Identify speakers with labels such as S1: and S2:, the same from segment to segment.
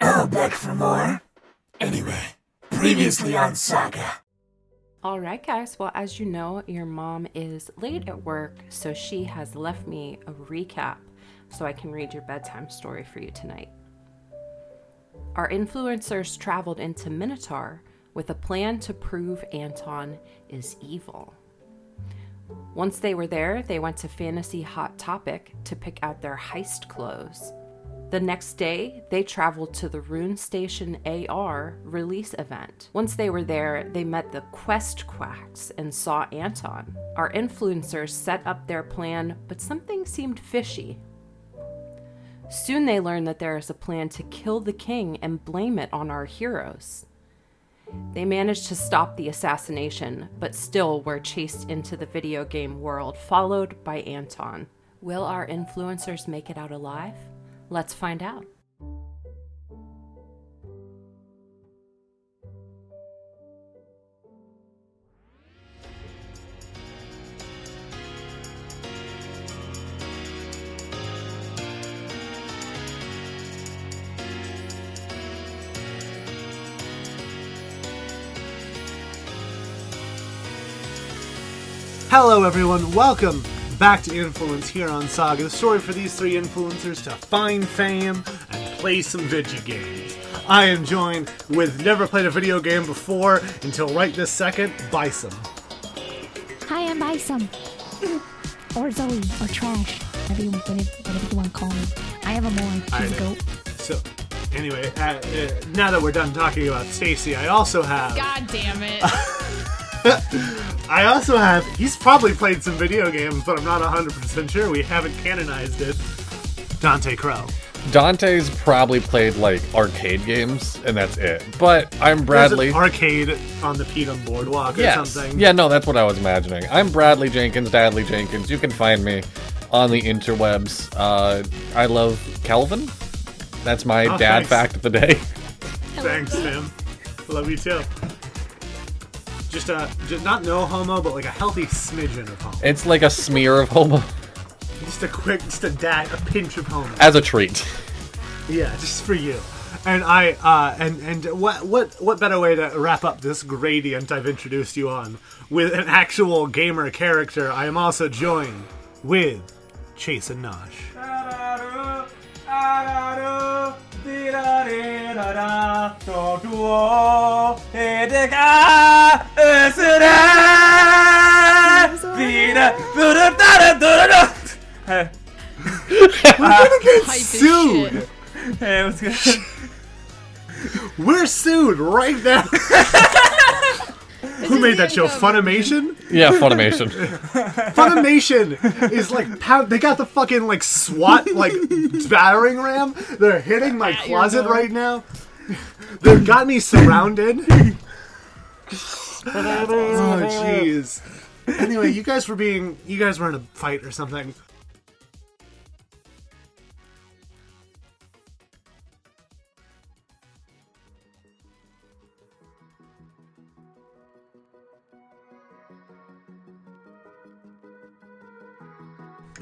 S1: Come back for more. Anyway, previously on Saga.
S2: All right, guys. Well, as you know, your mom is late at work, so she has left me a recap so I can read your bedtime story for you tonight. Our influencers traveled into Minotaur with a plan to prove Anton is evil. Once they were there, they went to Fantasy Hot Topic to pick out their heist clothes. The next day, they traveled to the Rune Station AR release event. Once they were there, they met the Quest Quacks and saw Anton. Our influencers set up their plan, but something seemed fishy. Soon they learn that there is a plan to kill the king and blame it on our heroes. They managed to stop the assassination, but still were chased into the video game world, followed by Anton. Will our influencers make it out alive? Let's find out.
S3: Hello, everyone. Welcome back to Influence here on Saga, the story for these three influencers to find fame and play some video games. I am joined with never played a video game before until right this second, Bison.
S4: Hi, I'm Bison. or Zoe, or Trash, whatever you, whatever, whatever you want to call me. I have a boy.
S3: I
S4: She's a
S3: know.
S4: goat.
S3: So, anyway, uh, uh, now that we're done talking about Stacy, I also have.
S5: God damn it.
S3: I also have. He's probably played some video games, but I'm not 100% sure. We haven't canonized it. Dante Crow.
S6: Dante's probably played like arcade games, and that's it. But I'm Bradley.
S3: There's an arcade on the Pedum Boardwalk or
S6: Yes.
S3: something.
S6: Yeah, no, that's what I was imagining. I'm Bradley Jenkins, Dadley Jenkins. You can find me on the interwebs. Uh, I love Calvin. That's my
S3: Oh,
S6: dad
S3: thanks.
S6: fact of the day.
S3: Thanks, Tim. Love you too. Just uh, just not no homo, but like a healthy smidgen of homo.
S6: It's like a smear of homo
S3: Just a quick, just a dad, a pinch of homo.
S6: as a treat.
S3: Yeah, just for you. And I uh, and and what what what better way to wrap up this gradient I've introduced you on with an actual gamer character? I am also joined with Chase and Nosh.
S7: Hey,
S5: Hype as
S3: Sued.
S5: shit.
S7: hey, what's good?
S3: We're sued right now. Who made that show? Funimation.
S6: Yeah, Funimation.
S3: Funimation is like pound. They got the fucking like SWAT like battering ram. They're hitting my
S5: your
S3: closet
S5: door.
S3: right now. They've got me surrounded. oh jeez. Anyway, you guys were being you guys were in a fight or something.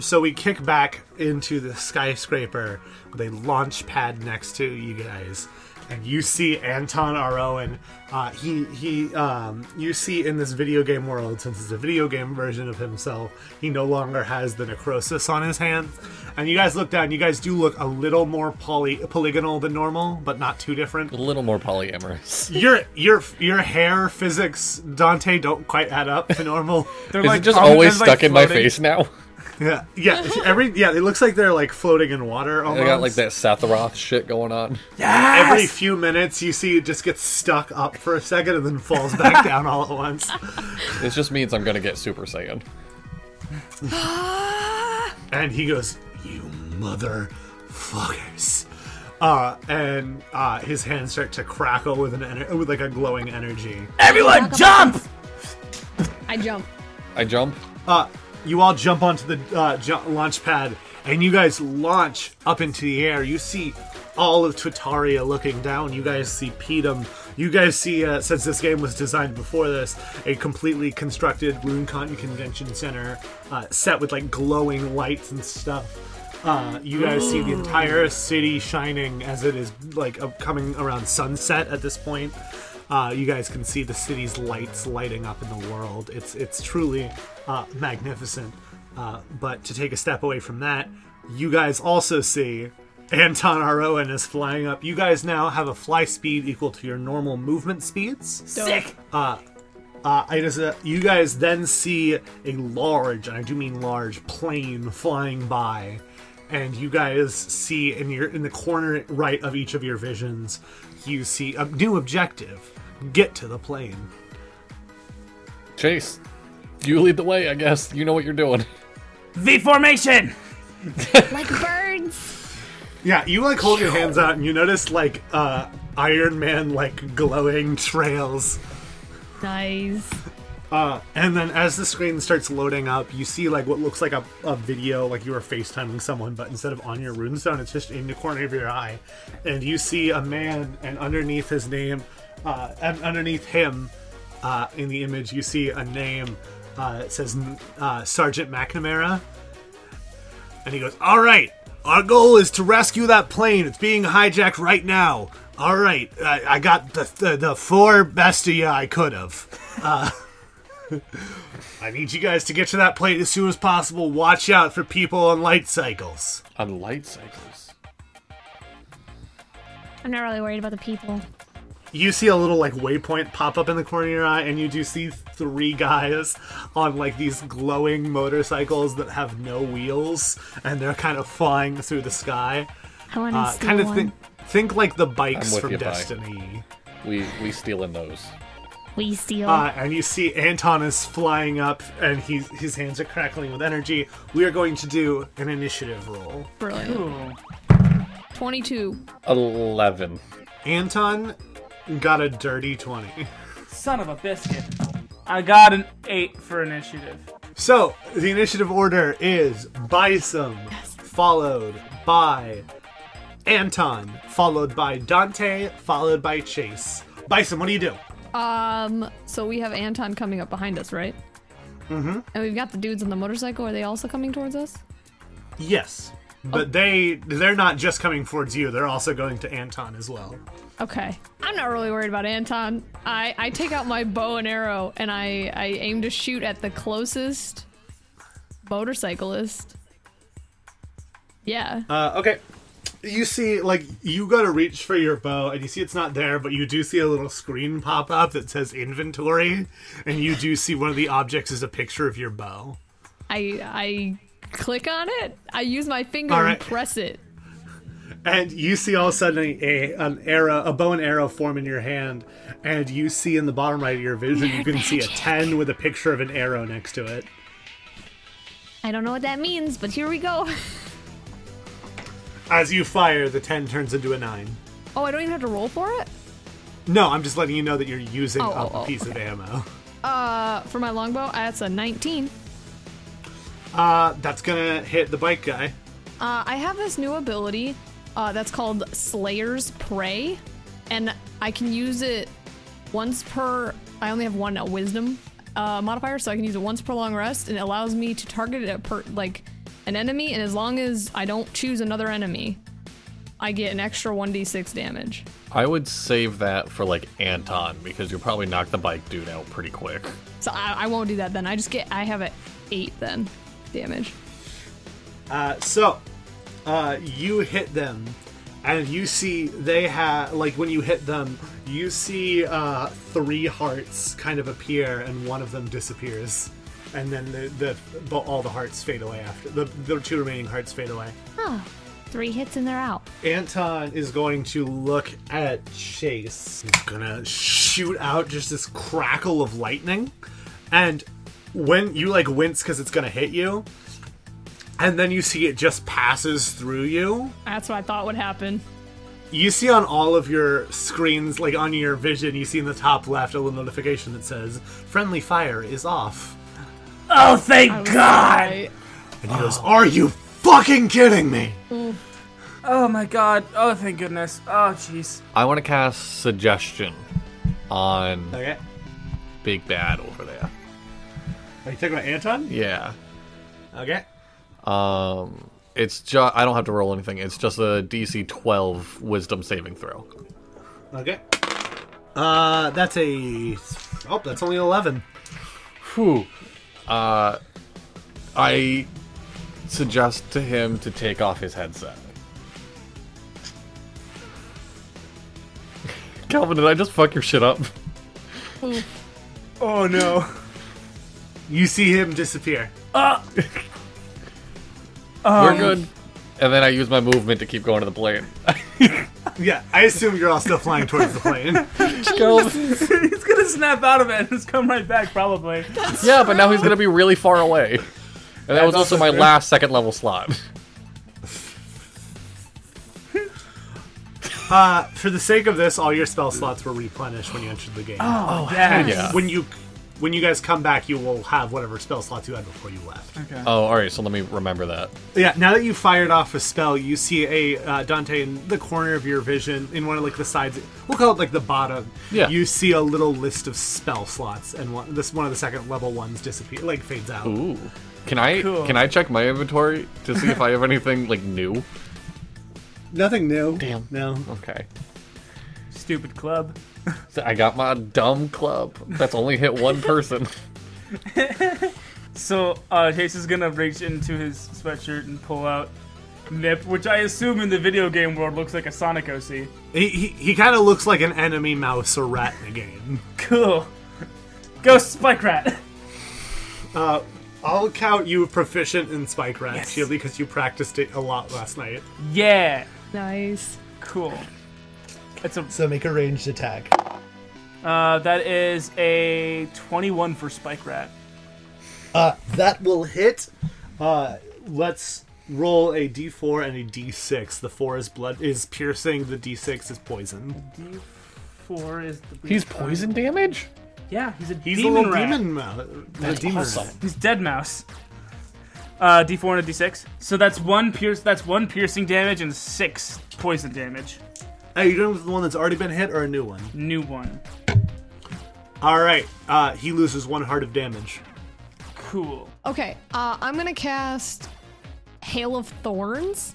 S3: So we kick back into the skyscraper with a launch pad next to you guys, and you see Anton R. Owen. Uh, he he. Um, you see in this video game world, since it's a video game version of himself, he no longer has the necrosis on his hands. And you guys look down. You guys do look a little more poly- polygonal than normal, but not too different
S6: a little more polyamorous.
S3: your your your hair physics Dante don't quite add up to normal. They're
S6: Is it just always stuck in my face now?
S3: Yeah, yeah. Every yeah, it looks like they're like floating in water. Almost.
S6: I got like that Satharoth shit going on.
S3: Every few minutes, you see it just gets stuck up for a second and then falls back down all at once.
S6: This just means I'm gonna get Super Saiyan.
S3: And he goes, "You motherfuckers." Uh, and uh, his hands start to crackle with an ener- with like a glowing energy.
S7: Everyone, jump!
S5: I jump.
S6: I jump.
S3: Uh, you all jump onto the uh, ju- launch pad, and you guys launch up into the air. You see all of Twitaria looking down. You guys see Pedum. You guys see, uh, since this game was designed before this, a completely constructed RuneCon Convention Center uh, set with like glowing lights and stuff. Uh, you guys see the entire city shining as it is like up- coming around sunset at this point. Uh, you guys can see the city's lights lighting up in the world. It's it's truly uh, magnificent. Uh, but to take a step away from that, you guys also see Anton Aroan is flying up. You guys now have a fly speed equal to your normal movement speeds.
S7: Sick.
S3: Uh, it is a, you guys then see a large, and I do mean large, plane flying by, and you guys see in your in the corner right of each of your visions, you see a new objective: get to the plane.
S6: Chase, you lead the way, I guess. You know what you're doing.
S7: V formation.
S4: Like birds.
S3: Yeah, you like hold your hands out, and you notice like uh, Iron Man like glowing trails
S5: Nice.
S3: And then as the screen starts loading up, you see like what looks like a, a video, like you were FaceTiming someone, but instead of on your runestone, it's just in the corner of your eye. And you see a man, and underneath his name, uh, and underneath him, uh, in the image, you see a name. Uh, it says uh, Sergeant McNamara. And he goes, All right, our goal is to rescue that plane. It's being hijacked right now. All right, I, I got the, the, the four best of you I could have. I need you guys to get to that plate as soon as possible. Watch out for people on light cycles.
S6: On light cycles.
S4: I'm not really worried about the people.
S3: You see a little like waypoint pop up in the corner of your eye, and you do see three guys on like these glowing motorcycles that have no wheels, and they're kind of flying through the sky.
S4: I want to
S3: Uh,
S4: steal
S3: kind of
S4: one.
S3: think think like the bikes
S6: with
S3: from
S6: you, bye.
S3: Destiny.
S6: We we stealing those.
S4: We steal.
S3: Uh, and you see Anton is flying up, and he's, his hands are crackling with energy. We are going to do an initiative roll.
S5: Brilliant. 22.
S6: Eleven.
S3: Anton got a dirty twenty.
S7: Son of a biscuit. I got an eight for initiative.
S3: So the initiative order is Bison, followed by Anton, followed by Dante, followed by Chase. Bison, what do you do?
S5: Um, so we have Anton coming up behind us, right? Mm-hmm. And we've got the dudes on the motorcycle. Are they also coming towards us?
S3: Yes, but they they're not just coming towards you; they're also going to Anton as well.
S5: Okay. I'm not really worried about Anton. I, I take out my bow and arrow and I, I aim to shoot at the closest motorcyclist. Yeah.
S3: Uh, okay. You see, like, you gotta reach for your bow, and you see it's not there, but you do see a little screen pop up that says inventory, and you do see one of the objects is a picture of your bow.
S5: I I click on it. I use my finger
S3: All right.
S5: and press it.
S3: and you see all of a sudden a, an arrow, a bow and arrow form in your hand, and you see in the bottom right of your vision, you can see a ten with a picture of an arrow next to it.
S4: I don't know what that means, but here we go.
S3: As you fire, the ten turns into a nine.
S5: Oh, I don't even have to roll for it.
S3: No, I'm just letting you know that you're using
S5: Oh,
S3: up
S5: oh,
S3: a
S5: oh,
S3: piece of ammo.
S5: Uh, for my longbow, that's a 19.
S3: Uh, that's gonna hit the bike guy.
S5: Uh, I have this new ability uh, that's called Slayer's Prey, and I can use it once per. I only have one uh, wisdom uh, modifier, so I can use it once per long rest, and it allows me to target it at per, like an enemy, and as long as I don't choose another enemy, I get an extra 1d6 damage.
S6: I would save that for like Anton because you'll probably knock the bike dude out pretty quick.
S5: So I, I won't do that then. I just get. I have a eight then damage.
S3: Uh, so, uh, you hit them, and you see they have like when you hit them, you see uh, three hearts kind of appear, and one of them disappears, and then the, the, the all the hearts fade away after the the two remaining hearts fade away.
S4: Oh, three hits and they're out.
S3: Anton is going to look at Chase. He's gonna shoot out just this crackle of lightning, and when you like wince because it's gonna hit you, and then you see it just passes through you.
S5: That's what I thought would happen.
S3: You see on all of your screens, like on your vision, you see in the top left a little notification that says "Friendly fire is off."
S7: Oh, thank God.
S5: I,
S3: And he goes, "Are you fucking kidding me?"
S7: Oh my God. Oh, thank goodness. Oh, jeez.
S6: I want to cast suggestion on
S3: Okay,
S6: Big Bad over there.
S3: are you talking about Anton?
S6: Yeah.
S3: Okay.
S6: Um, It's just I don't have to roll anything. It's just a DC 12 Wisdom saving throw.
S3: Okay. Uh, that's a. Oh, that's only 11.
S6: Whew. Uh, I suggest to him to take off his headset. Calvin, did I just fuck your shit up?
S3: Oh, no. you see him disappear.
S6: We're good. And then I use my movement to keep going to the plane.
S3: Yeah, I assume you're all still flying towards the plane.
S6: Calvin-
S7: he's gonna snap out of it and just come right back, probably.
S6: yeah, but now he's gonna be really far away. And that was
S3: also
S6: also my
S3: true.
S6: last second level slot.
S3: For the sake of this, all your spell slots were replenished when you entered the game.
S7: Oh, yes.
S6: yeah.
S3: When you when you guys come back, you will have whatever spell slots you had before you left.
S6: Oh, all right. So let me remember that.
S3: Yeah, now that you fired off a spell, you see a uh, Dante in the corner of your vision, in one of like the sides. We'll call it like the bottom.
S6: Yeah.
S3: You see a little list of spell slots, and one, this one of the second level ones disappear, like fades out.
S6: Ooh. Can I can I check my inventory to see if I have anything like new?
S3: Nothing new.
S6: Damn.
S3: No.
S6: Okay.
S7: Stupid club.
S6: So I got my dumb club that's only hit one person.
S7: So uh, Chase is gonna reach into his sweatshirt and pull out Nip, which I assume in the video game world looks like a Sonic OC.
S3: He he, he kind of looks like an enemy mouse or rat in the game.
S7: Cool. Go Spike Rat.
S3: I'll count you proficient in spike rat
S7: Yes.
S3: purely because you practiced it a lot last night.
S7: Yeah.
S5: Nice.
S7: Cool. That's a
S3: So make a ranged attack.
S7: uh, that is a 21 for Spike Rat.
S3: Uh, That will hit. Uh, let's roll a d4 and a d6. The 4 is blood is piercing, the d6 is poison.
S7: Four is the
S6: He's poison damage.
S7: Yeah, he's a
S3: He's
S7: demon
S3: a little
S7: rat.
S3: demon mouse. The demon rat.
S7: He's dead mouse. Uh, D4 and a D6. So that's one pierce. That's one piercing damage and six poison damage.
S3: Are you doing with the one that's already been hit or a new one?
S7: New one.
S3: All right. Uh, he loses one heart of damage.
S7: Cool.
S5: Okay, uh, I'm gonna cast Hail of Thorns.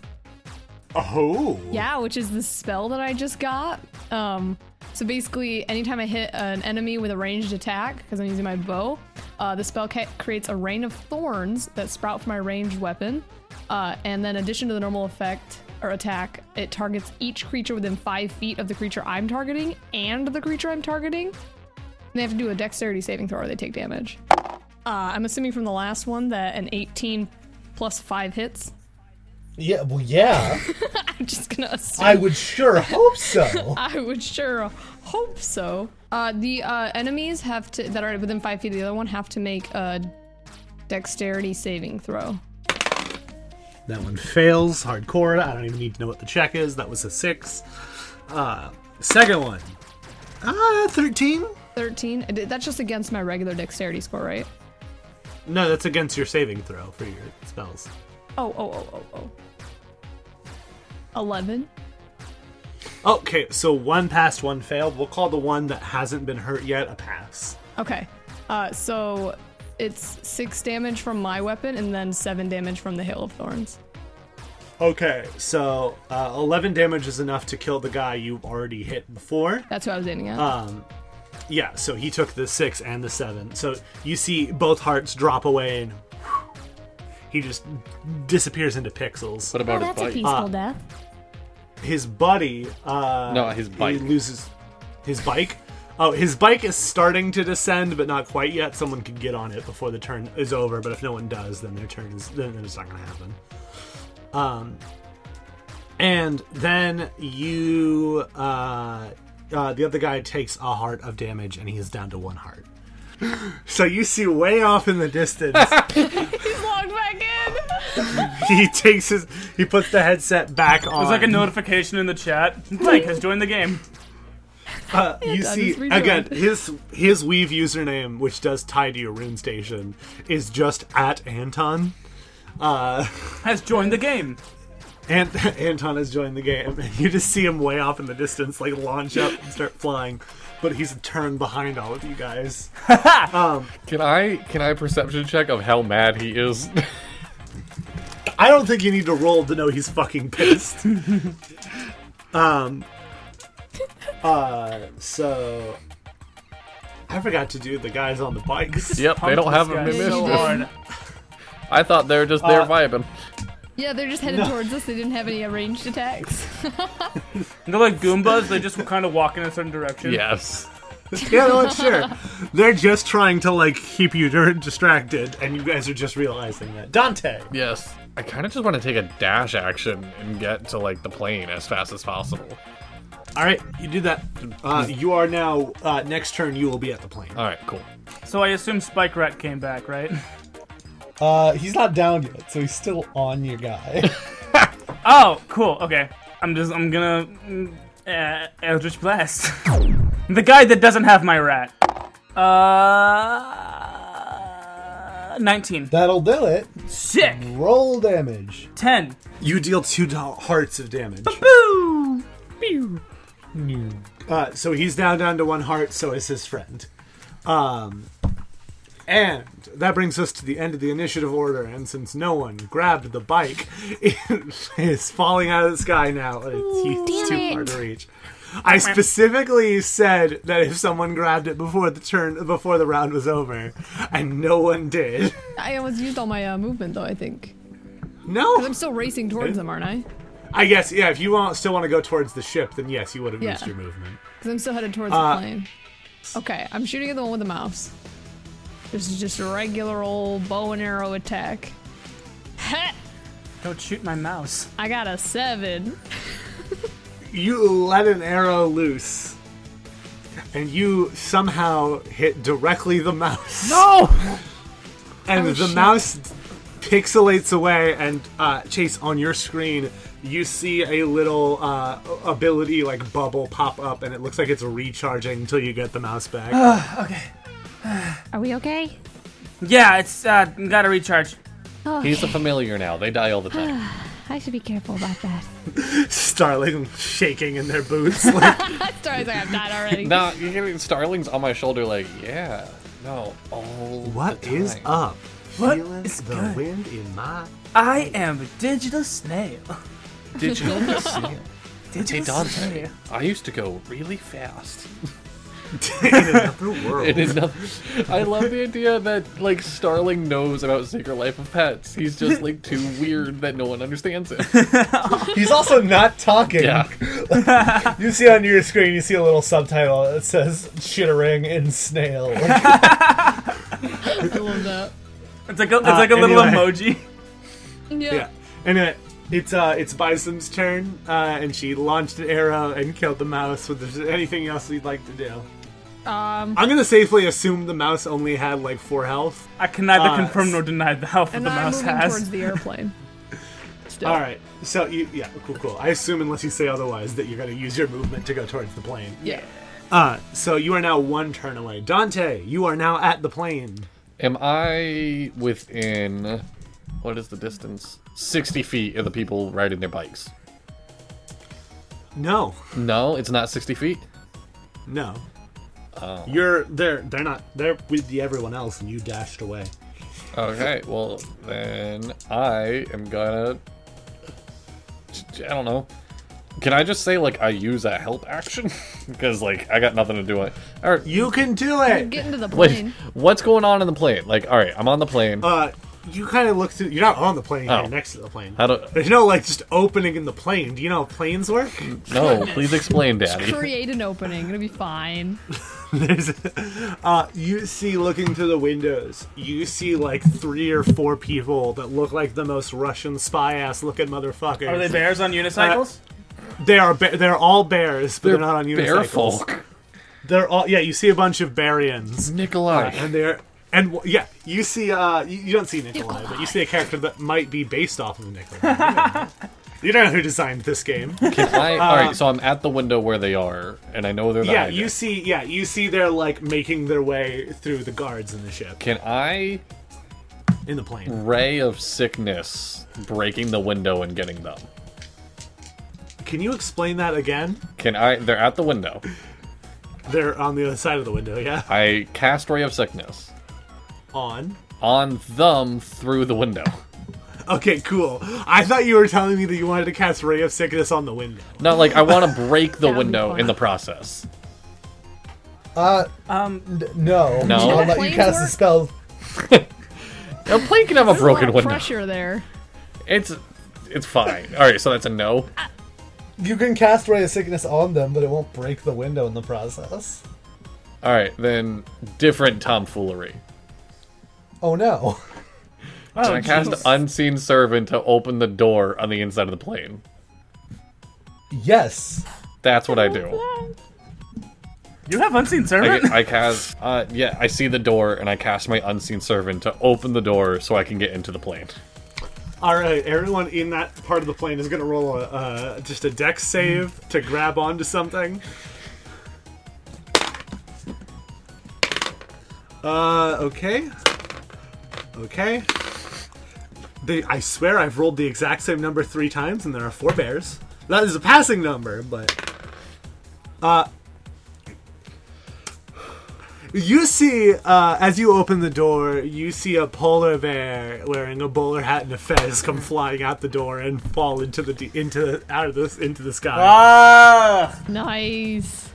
S3: Oh.
S5: Yeah, which is the spell that I just got. Um, so basically, anytime I hit an enemy with a ranged attack, because I'm using my bow, uh, the spell ca- creates a rain of thorns that sprout from my ranged weapon. Uh, and then, in addition to the normal effect or attack, it targets each creature within five feet of the creature I'm targeting and the creature I'm targeting. And they have to do a dexterity saving throw or they take damage. Uh, I'm assuming from the last one that an 18 plus 5 hits.
S8: Yeah, well, yeah.
S5: I'm just going to assume.
S8: I would sure hope so.
S5: I would sure hope so. Uh, the uh, enemies have to that are within five feet of the other one have to make a dexterity saving throw.
S3: That one fails hardcore. I don't even need to know what the check is. That was a 6. Uh, second one. Ah, 13?
S5: Thirteen. I did- That's just against my regular dexterity score, right?
S3: No, that's against your saving throw for your spells.
S5: Oh, oh, oh, oh, oh. Eleven.
S3: Okay, so one passed, one failed. We'll call the one that hasn't been hurt yet a pass.
S5: Okay. Uh, so it's six damage from my weapon and then seven damage from the hail of thorns.
S3: Okay, so uh, 11 damage is enough to kill the guy you already hit before.
S5: That's what I was aiming at.
S3: Yeah, so he took the 6 and the 7. So you see both hearts drop away and he just disappears into pixels.
S6: What
S4: Oh,
S6: about
S4: that's a
S6: his bite?
S4: peaceful
S3: Ah.
S4: death.
S3: His buddy, uh,
S6: No, his bike.
S3: he loses his bike. Oh, his bike is starting to descend, but not quite yet. Someone could get on it before the turn is over, but if no one does, then their turn is then it's not going to happen. Um, and then you, uh, uh, the other guy takes a heart of damage, and he is down to one heart. So you see way off in the distance,
S5: He's logged back in.
S3: he takes his, he puts the headset back on.
S7: There's like a notification in the chat. Blake has joined the game.
S3: you
S5: that
S3: see
S5: is rejoined.
S3: again his his weave username which does tie to your rune station is just at anton uh
S7: Has joined the game.
S3: and anton has joined the game and you just see him way off in the distance like launch up and start flying but he's turned behind all of you guys
S6: Can I can I perception check of how mad he is?
S3: I don't think you need to roll to know he's fucking pissed. um. Uh. So. I forgot to do the guys on the bikes.
S6: Yep, they don't
S7: Pumped
S6: have
S7: this
S6: them
S7: guy
S6: in
S7: so
S6: mischief.
S7: hard.
S6: I thought they were just there vibing.
S5: Yeah, they're just headed towards us. They didn't have any arranged attacks.
S7: They're like Goombas. They just kind of walk in a certain direction.
S6: Yes.
S3: yeah, no, it's sure. They're just trying to like keep you dur- distracted, and you guys are just realizing that. Dante.
S6: Yes. I kind of just want to take a dash action and get to like the plane as fast as possible.
S3: All right, you do that. Uh, you are now. Uh, next turn, you will be at the plane.
S6: All right, cool.
S7: So I assume Spike Rat came back, right?
S8: Uh, he's not down yet, so he's still on your guy.
S7: Oh, cool. Okay. I'm just. I'm gonna. mm, Uh, Eldritch Blast. the guy that doesn't have my rat. Uh. 19.
S8: That'll do it.
S7: Sick.
S8: Roll damage.
S7: 10.
S3: You deal two do- hearts of damage.
S7: Boo! Pew.
S3: Uh, so he's now down to one heart. So is his friend. Um, and that brings us to the end of the initiative order. And since no one grabbed the bike, it is falling out of the sky now. It's, it's too
S4: damn
S3: hard
S4: it.
S3: to reach. I specifically said that if someone grabbed it before the turn, before the round was over, and no one did.
S5: I almost used all my uh, movement though. I think because
S3: No,
S5: I'm still racing towards them, aren't I?
S3: I guess yeah. If you want, still want to go towards the ship, then yes, you would have used
S5: Yeah.
S3: your movement.
S5: Because I'm still headed towards
S3: Uh,
S5: the plane. Okay, I'm shooting at the one with the mouse. This is just a regular old bow and arrow attack. Heh!
S7: Don't shoot my mouse.
S5: I got a seven.
S3: you let an arrow loose and you somehow hit directly the mouse
S6: No.
S3: and the mouse pixelates away and uh, chase on your screen you see a little uh, ability like bubble pop up and it looks like it's recharging until you get the mouse back
S4: Are we okay?
S7: Yeah, it's. uh Gotta recharge.
S4: Oh,
S6: He's a familiar now. They die all the time.
S4: I should be careful about that.
S3: starling shaking in their boots like,
S5: Sorry, I was like, I've died already.
S6: nah, you're getting Starling's on my shoulder. Like, yeah. No. All
S3: what
S6: the
S3: is
S6: time.
S3: up
S7: What
S3: Feeling
S7: is
S3: the
S7: good?
S3: wind in my
S7: I am a digital snail.
S6: Digital casino. Hey
S7: Digital
S6: Dante, I used to go really fast.
S3: in another world
S6: It is not- I love the idea that like Starling knows about Secret Life of Pets. He's just like too weird that no one understands it.
S8: He's also not talking.
S6: Yeah.
S8: You see on your screen, you see a little subtitle that says "Shittering in Snail."
S5: I love that.
S7: It's like a, it's like a little
S3: anyway.
S7: emoji.
S5: Yeah.
S3: Yeah, and it, it's uh, it's Bison's turn, uh, and she launched an arrow and killed the mouse. If there's anything else you'd like to do,
S5: Um,
S3: I'm gonna safely assume the mouse only had like four health.
S7: I can neither
S3: Uh,
S7: confirm nor deny the health that
S5: and
S7: the
S5: then I'm
S7: mouse
S5: moving towards
S7: has.
S5: the airplane. Still.
S3: All right, so you, yeah, cool, cool. I assume unless you say otherwise that you're gonna use your movement to go towards the plane.
S5: Yeah.
S3: Uh, so you are now one turn away, Dante. You are now at the plane.
S6: Am I within what is the distance? Sixty feet of the people riding their bikes.
S3: No,
S6: No, it's not sixty feet.
S3: no.
S6: Oh.
S3: You're they're they're not they're with the everyone else, and you dashed away.
S6: Okay, well then I am gonna. I don't know. Can I just say like I use a help action because like I got nothing to do with. All right,
S3: You can do it.
S5: Get into the
S6: Wait,
S5: plane.
S6: what's going on in the plane? Like, all right, I'm on the plane.
S3: Uh, you kind of look through. You're not on the plane.
S6: Oh.
S3: You're next to the plane.
S6: How do-
S3: There's no like just opening in the plane. Do you know how planes work?
S6: no, please explain, Daddy.
S5: Create an opening. It'll be fine.
S3: There's, uh, you see looking through the windows. You see like three or four people that look like the most Russian spy ass looking motherfuckers.
S7: Are they bears on unicycles?
S3: They are. Ba- they're all bears, but they're, not on unicycles.
S6: Bear folk.
S3: They're all. Yeah, you see a bunch of Barians,
S6: Nikolai.
S3: and they're. And w- yeah, you see, uh, you, you don't see Nikolai, but you see a character that might be based off of Nikolai. You don't know. you don't know who designed this game.
S6: I, all right, so I'm at the window where they are, and I know they're
S3: Um, yeah
S6: behind
S3: you
S6: it.
S3: see yeah you see they're like making their way through the guards in the ship
S6: Can I
S3: in the plane
S6: ray of sickness breaking the window and getting them?
S3: can you explain that again
S6: Can I? They're at the window.
S3: they're on the other side of the window yeah
S6: I cast ray of sickness
S3: on
S6: on them through the window.
S3: Okay, cool. I thought you were telling me that you wanted to cast Ray of Sickness on the window.
S6: Not like I want to break the
S5: That would be
S6: window
S5: fun.
S6: in the process.
S8: Uh,
S7: Um,
S8: n- no.
S6: No.
S8: I'll let you
S5: Planes
S8: cast a
S5: work?
S8: spell.
S6: A plane can have a
S5: There's a lot
S6: broken
S5: of
S6: window.
S5: pressure there.
S6: It's it's fine. All right, so that's a no.
S8: You can cast Ray of Sickness on them, but it won't break the window in the process.
S6: All right, then different tomfoolery.
S8: Oh no.
S7: oh,
S6: I cast
S7: jeez.
S6: unseen servant to open the door on the inside of the plane.
S8: Yes.
S6: That's what I do.
S7: you have unseen
S6: I,
S7: servant.
S6: I cast. Uh, yeah, I see the door and I cast my unseen servant to open the door so I can get into the plane.
S3: All right, everyone in that part of the plane is gonna roll a uh, just a deck save to grab onto something. Uh, okay, okay. They, I swear, I've rolled the exact same number three times, and there are four bears. That is a passing number, but uh, You see, uh, as you open the door, you see a polar bear wearing a bowler hat and a fez come flying out the door and fall into the de- into out of this into the sky.
S7: ah,
S5: Nice.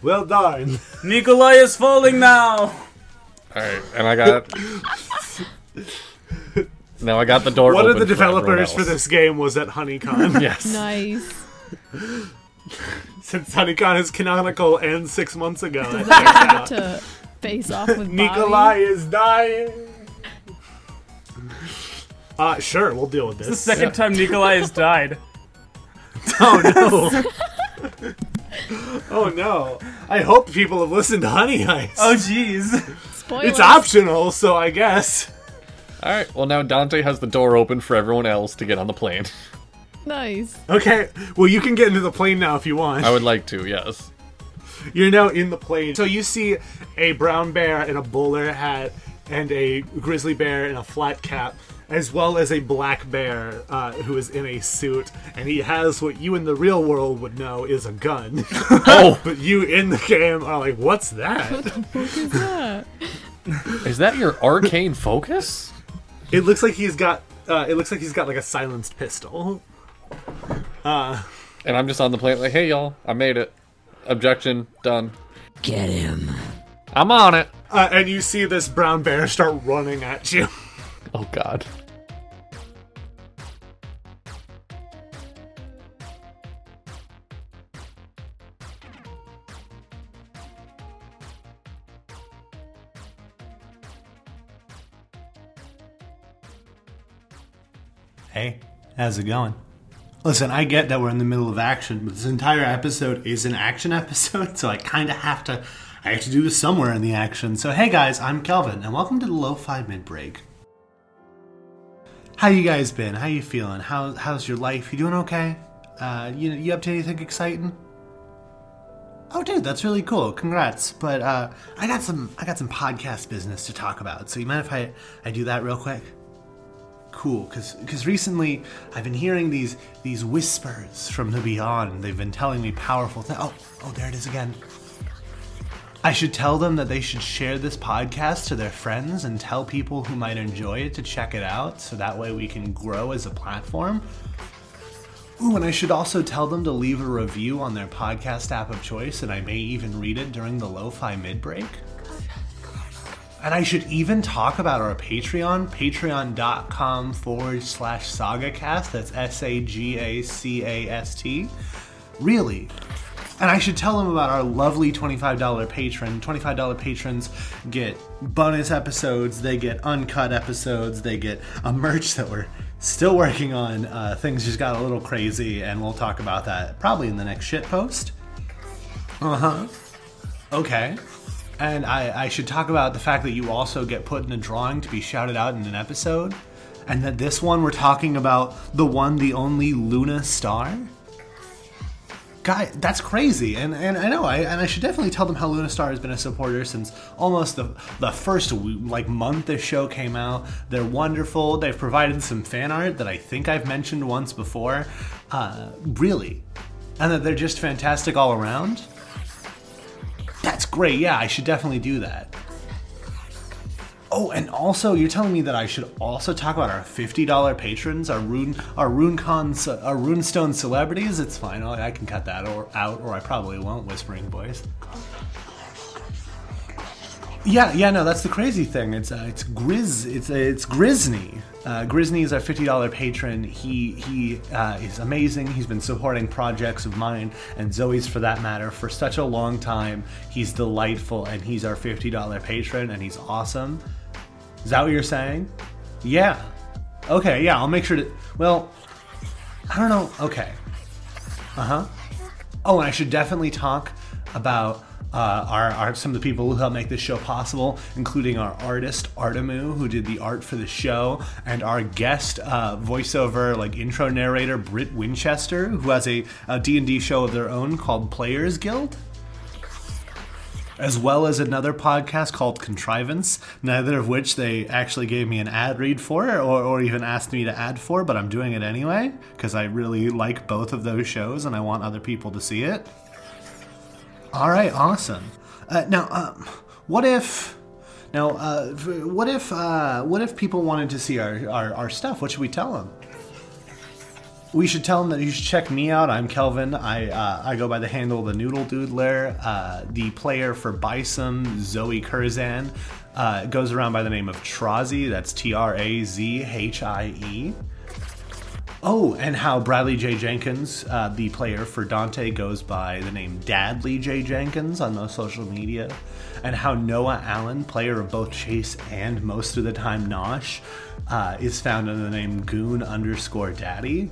S3: Well darn!
S7: Nikolai is falling now.
S6: All right, and I got. now I got the door.
S3: One of
S6: open
S3: the
S6: for everyone
S3: developers for
S6: else.
S3: this game was at Honeycon.
S6: Yes.
S5: Nice.
S3: Since Honeycon is canonical and six months ago, I think
S5: About to face off with Bobby.
S3: Nikolai is dying. Uh, sure, we'll deal with
S7: The
S3: this.
S7: second time Nikolai has died.
S3: Oh no! oh no! I hope people have listened to Honey Heist.
S7: Oh, jeez.
S5: Spoilers.
S3: It's optional, so I guess.
S6: All right. Well, now Dante has the door open for everyone else to get on the plane.
S5: Nice.
S3: Okay, well, you can get into the plane now if you want.
S6: I would like to. Yes.
S3: You're now in the plane. So you see a brown bear in a bowler hat and a grizzly bear in a flat cap, as well as a black bear uh, who is in a suit, and he has what you in the real world would know is a gun.
S6: Oh,
S3: but you in the game are like, what's that?
S6: is that your arcane focus?
S3: It looks like he's got. Uh, it looks like he's got like a silenced pistol.
S6: And I'm just on the plane, like, hey, y'all, I made it. Objection, done.
S9: Get him.
S6: I'm on it.
S3: Uh, and you see this brown bear start running at you.
S6: Oh, God.
S1: Hey, how's it going?
S3: Listen, I get that we're in the middle of action, but this entire episode is an action episode, so I kind of have to. I have to do this somewhere in the action. So, hey guys, I'm Kelvin, and welcome to the Lo-Fi Mid-Break. How you guys been? How you feeling? How, how's your life? You doing okay? Uh, you you up to anything exciting? Oh, dude, that's really cool. Congrats! But uh, I got some I got some podcast business to talk about. So, you mind if I I do that real quick? cool because recently I've been hearing these these whispers from the beyond. They've been telling me powerful things. Oh, oh, there it is again. I should tell them that they should share this podcast to their friends and tell people who might enjoy it to check it out, so that way we can grow as a platform. Ooh, and I should also tell them to leave a review on their podcast app of choice, and I may even read it during the lo-fi mid-break. And I should even talk about our Patreon, patreon.com forward slash sagacast. That's S A G A C A S T. Really. And I should tell them about our lovely $25 patron. $25 patrons get bonus episodes, they get uncut episodes, they get a merch that we're still working on. Uh, things just got a little crazy, and we'll talk about that probably in the next shit post. Uh huh. Okay. And I, I should talk about the fact that you also get put in a drawing to be shouted out in an episode. And that this one we're talking about the one, the only Luna Star. Guy, that's crazy. And, and I know, I, and I should definitely tell them how Luna Star has been a supporter since almost the, the first w- like month this show came out. They're wonderful. They've provided some fan art that I think I've mentioned once before. Uh, really. And that they're just fantastic all around. That's great. Yeah, I should definitely do that. Oh, and also, you're telling me that I should also talk about our $50 patrons, our rune, our runecon, ce- our runestone celebrities. It's fine. I I can cut that or out, or I probably won't. Whispering voice. Yeah, yeah, no, that's the crazy thing. It's uh, it's Grizz, it's uh, it's Grizney. Uh, Grizney is our fifty dollar patron. He he uh, is amazing. He's been supporting projects of mine and Zoe's for that matter for such a long time. He's delightful, and he's our fifty dollar patron, and he's awesome. Is that what you're saying? Yeah. Okay. Yeah, I'll make sure to. Well, I don't know. Okay. Oh, and I should definitely talk about uh, our, our some of the people who helped make this show possible, including our artist Artemu, who did the art for the show, and our guest uh, voiceover like intro narrator Britt Winchester, who has a D and D show of their own called Players Guild. As well as another podcast called Contrivance, neither of which they actually gave me an ad read for or, or even asked me to ad for, but I'm doing it anyway because I really like both of those shows and I want other people to see it. All right, awesome. Uh, now, um, what if? Now, uh, v- what if? Uh, what if people wanted to see our, our, our stuff? What should we tell them? We should tell them that you should check me out. I'm Kelvin. I uh, I go by the handle the Noodle Doodler, uh, the player for Bison, Zoe Curzan. Uh, it goes around by the name of Trazi. That's T R A Z H I E. Oh, and how Bradley J. Jenkins, uh, the player for Dante, goes by the name Dadley J. Jenkins on most social media, and how Noah Allen, player of both Chase and most of the time Nosh, uh, is found under the name Goon underscore Daddy.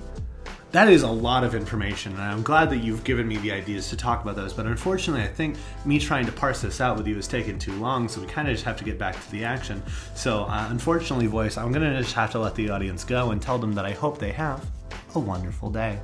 S3: That is a lot of information, and I'm glad that you've given me the ideas to talk about those. But unfortunately, I think me trying to parse this out with you is taking too long, so we kind of just have to get back to the action. So, uh, unfortunately, voice, I'm going to just have to let the audience go and tell them that I hope they have a wonderful day.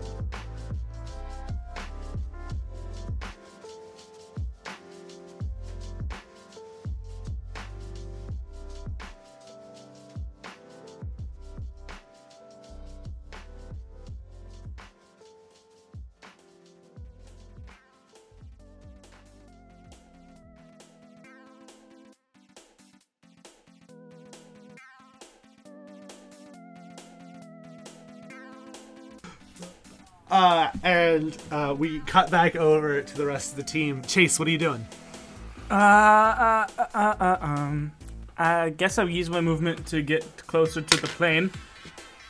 S3: Uh, and uh, we cut back over to the rest of the team. Chase, what are you doing?
S7: Uh, uh, uh, uh, um. I guess I'll use my movement to get closer to the plane.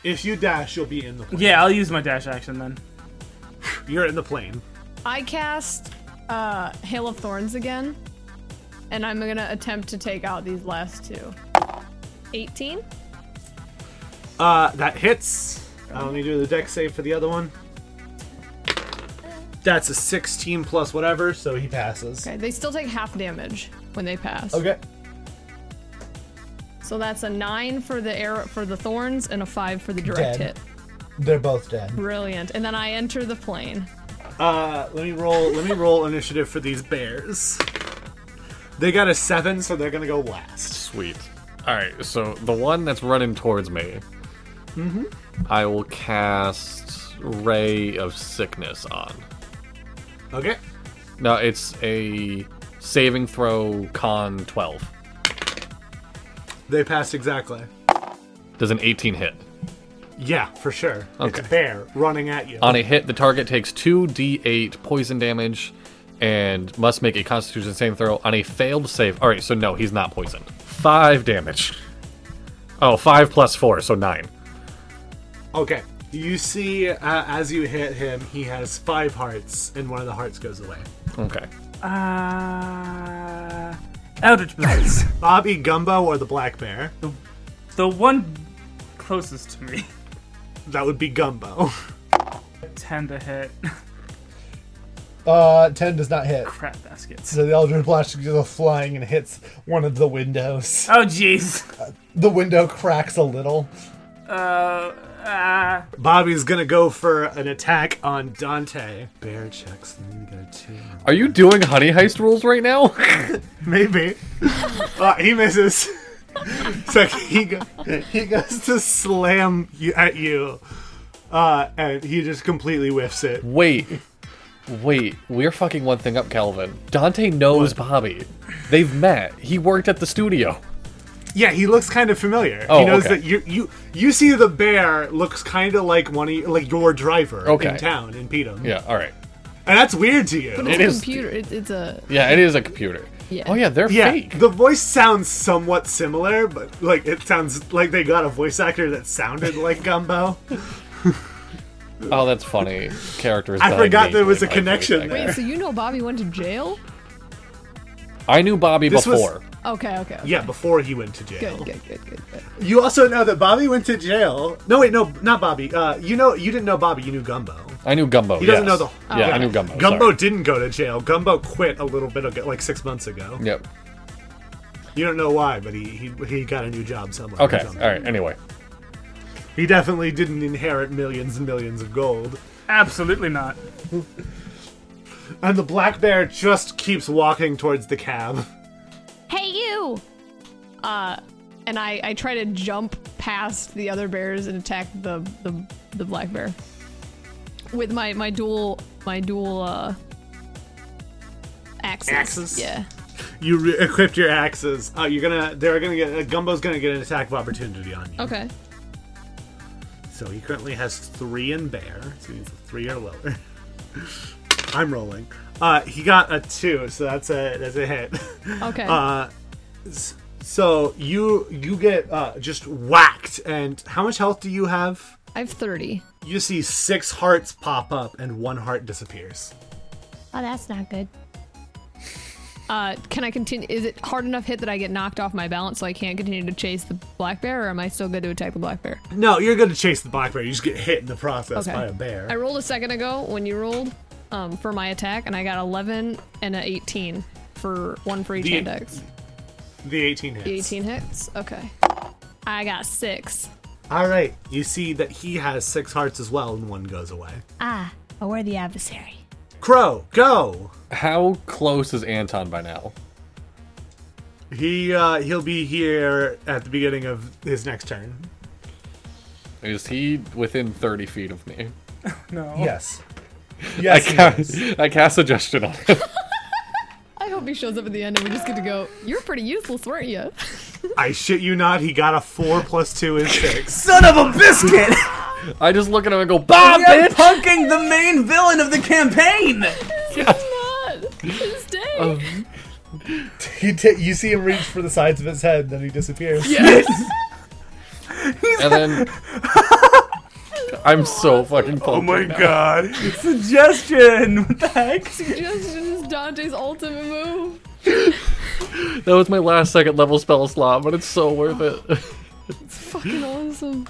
S3: If you dash, you'll be in the plane.
S7: Yeah, I'll use my dash action then.
S3: You're in the plane.
S5: I cast uh, Hail of Thorns again, and I'm gonna attempt to take out these last two. 18.
S3: Uh, that hits. Uh, let me do the deck save for the other one. That's a 16 plus whatever, so he passes.
S5: Okay, they still take half damage when they pass.
S8: Okay.
S5: So that's a nine for the arrow for the thorns and a five for the
S8: Dead.
S5: direct hit.
S8: They're both dead.
S5: Brilliant. And then I enter the plane.
S3: Uh, let me roll. Let me roll initiative for these bears. They got a seven, so they're gonna go last.
S6: Sweet. All right, so the one that's running towards me, I will cast Ray of Sickness on.
S3: Okay.
S6: No, it's a saving throw con 12.
S3: They passed exactly.
S6: Does an 18 hit?
S3: Yeah, for sure. It's a
S6: Okay.
S3: bear running at you.
S6: On a hit, the target takes 2d8 poison damage and must make a constitution saving throw on a failed save. All right, so no, he's not poisoned. 5 damage. Oh, five plus 4, so 9.
S3: Okay. You see, uh, as you hit him, he has five hearts, and one of the hearts goes away.
S6: Okay.
S7: Uh, Eldritch Blast.
S3: Bobby Gumbo or the black bear?
S7: the one closest to me.
S3: That would be Gumbo.
S7: Ten to hit.
S8: Uh, 10 does not hit.
S7: Crap baskets.
S8: So the Eldritch Blast goes flying and hits one of the windows.
S7: Oh jeez.
S8: The window cracks a little.
S7: Uh, uh,
S3: Bobby's gonna go for an attack on Dante. Bear checks. Maybe got a two.
S6: Are you doing honey heist rules right now?
S3: Maybe. Uh, he misses. so he go- he goes to slam you- at you, uh, and he just completely whiffs it.
S6: Wait. Wait, we're fucking one thing up, Calvin. Dante knows Bobby. They've met. He worked at the studio.
S3: Yeah, he looks kind of familiar.
S6: Oh,
S3: he knows
S6: okay.
S3: that you you you see the bear looks kind of like one of y- like your driver
S6: Okay.
S3: in town in Pedum.
S6: Yeah, all right.
S3: and that's weird to you.
S5: But it's
S6: It
S5: a
S6: is-
S5: computer. It, it's a.
S6: Yeah, it is a computer.
S5: Yeah.
S6: Oh yeah, they're
S3: yeah,
S6: fake.
S3: the voice sounds somewhat similar, but like it sounds like they got a voice actor that sounded like Gumbo.
S6: Oh, that's funny. Characters.
S3: I
S6: that
S3: forgot
S6: made
S3: there was
S6: during
S3: a
S6: my
S3: connection
S6: voice
S3: there.
S5: Wait,
S6: acting.
S5: so you know Bobby went to jail?
S6: I knew Bobby
S3: This was-
S6: before.
S5: Okay, okay. okay.
S3: Yeah, before he went to jail.
S5: Good, good, good, good, good.
S3: You also know that Bobby went to jail. No, wait, no, not Bobby. Uh, you know, you didn't know Bobby. You knew Gumbo.
S6: I knew Gumbo.
S3: He doesn't
S6: yes.
S3: know the-
S6: yeah,
S5: Oh,
S6: I
S5: okay.
S6: knew Gumbo.
S3: Gumbo
S6: Oh, sorry.
S3: didn't go to jail. Gumbo quit a little bit ago, like six months ago.
S6: Yep.
S3: You don't know why, but he he, he got a new job somewhere.
S6: Okay. All
S3: Gumbo.
S6: right. Anyway.
S3: He definitely didn't inherit millions and millions of gold.
S7: Absolutely not.
S3: And the black bear just keeps walking towards the cab.
S4: Hey, you!
S5: Uh, And I, I try to jump past the other bears and attack the the, the black bear with my my dual my dual uh axes.
S3: Axes?
S5: Yeah.
S3: You re- equipped your axes. Uh, you're gonna. They're gonna get. Uh, Gumbo's gonna get an attack of opportunity on you.
S5: Okay.
S3: So he currently has three in bear. So he's a three or lower. I'm rolling. Uh, he got a two, so that's a that's a hit.
S5: Okay.
S3: Uh, s- so you you get uh, just whacked. And how much health do you have?
S5: I have 30.
S3: You see six hearts pop up, and one heart disappears.
S4: Oh, that's not good.
S5: Uh can I continue is it hard enough hit that I get knocked off my balance so I can't continue to chase the black bear or am I still good to attack the black bear?
S3: No, you're gonna chase the black bear. You just get hit in the process
S5: Okay.
S3: by a bear.
S5: I rolled a second ago when you rolled um, for my attack, and I got 11 and an 18 for one for each
S3: The-
S5: index.
S3: The 18 hits.
S5: 18 hits. Okay. I got six.
S3: All right. You see that he has six hearts as well, and one goes away.
S4: Ah, a worthy adversary.
S3: Crow, go.
S6: How close is Anton by now?
S3: He uh, he'll be here at the beginning of his next turn.
S6: Is he within 30 feet of me?
S7: No.
S8: Yes.
S6: I,
S8: Yes. he is.
S6: cast, I cast suggestion on him.
S5: I hope he shows up at the end and we just get to go, You're pretty useless, weren't you?
S3: I shit you not. He got a four plus two is six.
S1: Son of a biscuit!
S6: I just look at him and go,
S7: Ah,
S6: Bob,
S1: We are
S6: bitch!
S1: punking the main villain of the campaign!
S5: God, his day.
S3: Oh.
S8: He ta- you see him reach for the sides of his head, then he disappears.
S6: And then. I'm so fucking pumped.
S7: Oh my
S6: right now.
S7: god. Suggestion. What the heck?
S5: Suggestion is Dante's ultimate move.
S6: That was my last second level spell slot, but it's so worth it.
S5: Fucking awesome.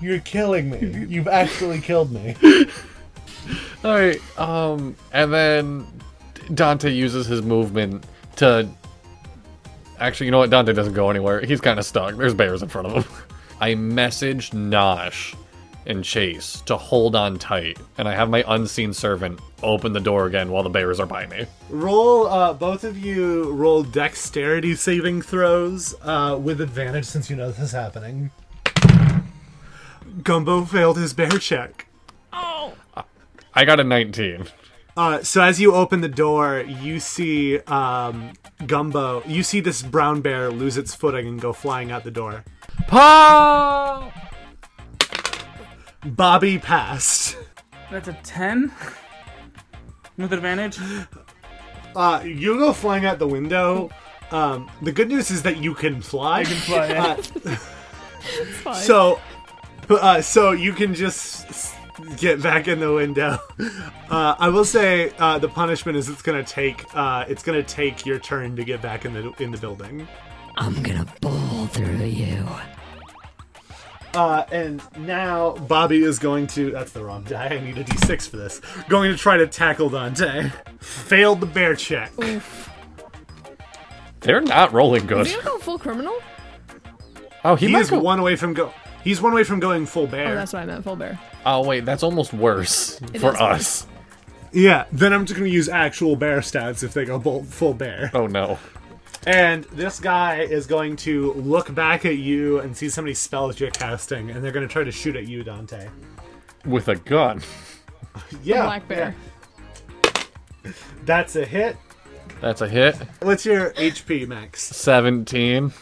S8: You're killing me. You've actually killed me.
S6: Alright, um. And then Dante uses his movement to. Actually, you know what? Dante doesn't go anywhere. He's kind of stuck. There's bears in front of him. I message Nosh and Chase to hold on tight, and I have my unseen servant open the door again while the bears are by me.
S3: roll, uh, both of you roll dexterity saving throws uh, with advantage.
S8: Advantage since you know this is happening.
S3: Gumbo failed his bear check.
S6: I got a 19.
S3: Uh, so as you open the door, you see um, Gumbo. You see this brown bear lose its footing and go flying out the door.
S6: Pa!
S3: Bobby passed.
S7: That's a 10 with advantage.
S3: Uh, you go flying out the window. Um, the good news is that you can fly.
S7: Fly, yeah.
S5: fine.
S3: So, uh, so you can just s- get back in the window. Uh, I will say uh, the punishment is it's gonna take uh, it's gonna take your turn to get back in the in the building.
S9: I'm gonna bowl through you.
S3: Uh, and now Bobby is going to. That's the wrong die. I need a d6 for this. Going to try to tackle Dante. Failed the bear check.
S6: They're not rolling good.
S5: Did you go full criminal?
S6: Oh, he,
S3: He
S6: might
S3: is
S6: go.
S3: one away from go. He's one away from going full
S5: Oh,
S3: bear.
S5: that's what I meant, full bear.
S6: Oh, wait, that's almost worse for
S5: is
S6: us.
S3: yeah. Then I'm just going to use actual bear stats if they go bol- full bear.
S6: Oh no.
S3: And this guy is going to look back at you and see somebody spells you're casting, and they're going to try to shoot at you, Dante.
S6: With a gun.
S3: Yeah.
S5: Black bear.
S3: yeah. That's a hit.
S6: That's a hit.
S3: What's your HP max?
S6: 17.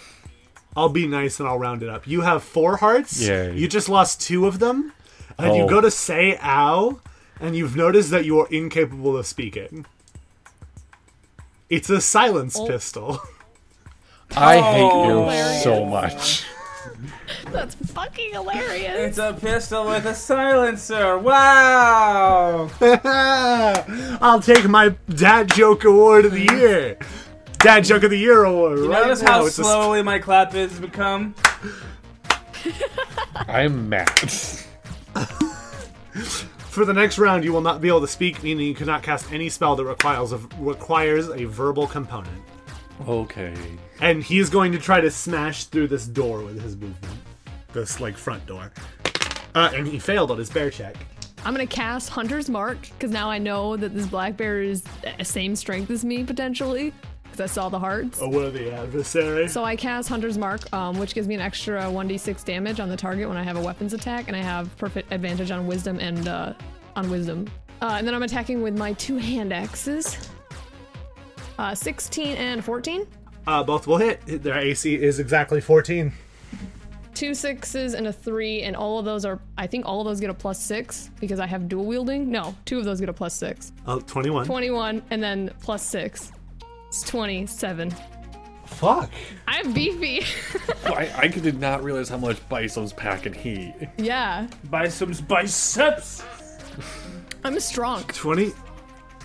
S3: I'll be nice and I'll round it up. You have four hearts.
S6: Yay.
S3: You just lost two of them, and you
S6: Oh.
S3: go to say "ow," and you've noticed that you are incapable of speaking. It's a silence
S5: Oh.
S3: pistol.
S6: I hate you so much.
S5: That's fucking hilarious.
S7: It's a pistol with a silencer. Wow.
S3: I'll take my dad joke award of the year. Dad joke of the year award.
S7: You
S3: right
S7: Notice
S3: now.
S7: how
S3: It's a-
S7: slowly my clap has become.
S6: I'm mad.
S3: For the next round, you will not be able to speak, meaning you cannot cast any spell that requires a, requires a verbal component.
S6: okay.
S3: And he's going to try to smash through this door with his movement, this like front door. Uh, and he failed on his bear check.
S5: I'm gonna cast Hunter's Mark because now I know that this black bear is the same strength as me potentially because I saw the hearts.
S3: A worthy adversary.
S5: So I cast Hunter's Mark, um, which gives me an extra 1d6 damage on the target when I have a weapons attack, and I have perfect advantage on Wisdom and uh, on Wisdom. Uh, and then I'm attacking with my two hand axes. Uh, 16 and 14.
S3: Uh, both will hit. Their AC is exactly four.
S8: 14.
S5: Two sixes and a three, and all of those are. I think all of those get a plus six because I have dual wielding. No, two of those get a plus six.
S3: Oh, 21.
S5: 21 and then plus 6. It's 27.
S8: Fuck.
S5: I'm beefy.
S6: I, I did not realize how much Bison's packing heat.
S5: yeah.
S7: Biceps, biceps.
S5: I'm strong.
S3: 20,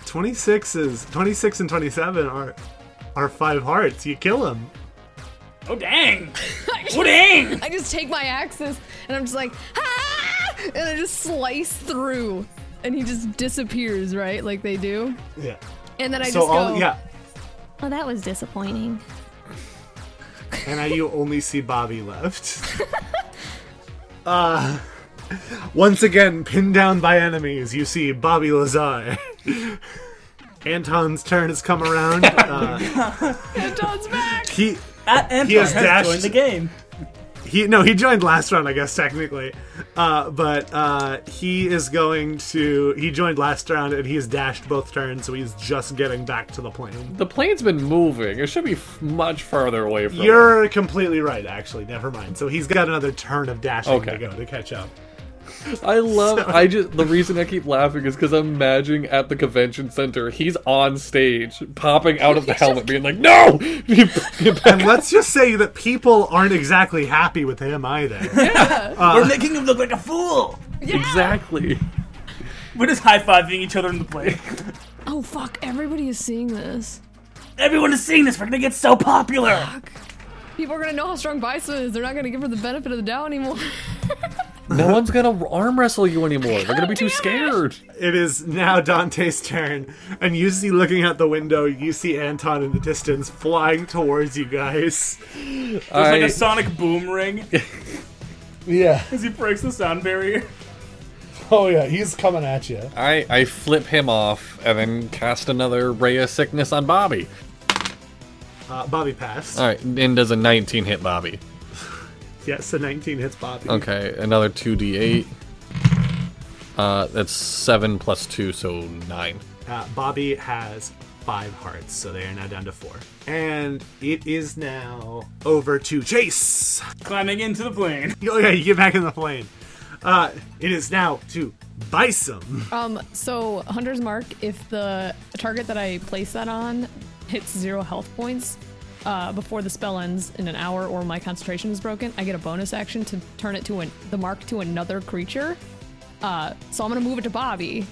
S3: 26 is 26 and 27 are are five hearts. You kill him.
S7: Oh dang. Oh dang.
S5: I just take my axes and I'm just like, ah! And I just slice through. And he just disappears, right? Like they do.
S3: Yeah.
S5: And then I
S3: so
S5: just
S3: all
S5: go,
S3: yeah.
S4: Oh, that was disappointing.
S3: and now you only see Bobby left. uh, once again, pinned down by enemies, you see Bobby Lazar. Anton's turn has come around. Uh,
S5: Anton's back.
S3: he
S7: At Anton
S3: has dashed-
S7: joined the game.
S3: he no he joined last round, I guess technically, uh, but uh, he is going to he joined last round and he has dashed both turns, so he's just getting back to the plane.
S6: The plane's been moving. It should be f- much farther away from. us.
S3: You're completely right, actually. Never mind. So he's got another turn of dashing
S6: Okay.
S3: to go to catch up.
S6: I love. I just the reason I keep laughing is because I'm imagining at the convention center, he's on stage, popping out of the helmet, being like, "No!"
S3: And let's just say that people aren't exactly happy with him either.
S7: We're making him look like a fool.
S6: Exactly.
S7: We're just high fiving each other in the plane.
S5: Oh, fuck. Everybody is seeing this.
S7: Everyone is seeing this. We're gonna get so popular.
S5: People are going to know how strong Bison is. They're not going to give her the benefit of the doubt anymore.
S6: No one's gonna arm wrestle you anymore. They're gonna be too scared.
S3: it is now Dante's turn, and you see looking out the window, you see Anton in the distance flying towards you guys.
S7: It's like
S6: I-
S7: a sonic boom ring
S8: Yeah.
S7: as he breaks the sound barrier.
S8: Oh, yeah. He's coming at you.
S6: I, I flip him off and then cast another ray of sickness on Bobby.
S3: Uh, Bobby passed.
S6: All right, and does a 19 hit Bobby?
S3: Yes, so 19 hits Bobby.
S6: Okay, another 2d8. Uh, that's seven plus two, so nine.
S3: Uh, Bobby has five hearts, so they are now down to four. And it is now over to Chase.
S7: Climbing into the plane.
S3: Oh, yeah, you get back in the plane. Uh, it is now to Bison.
S5: Um, so Hunter's Mark, if the target that I place that on hits zero health points uh, before the spell ends in an hour or my concentration is broken, I get a bonus action to turn it to an, the mark to another creature. Uh, so I'm gonna move it to Bobby,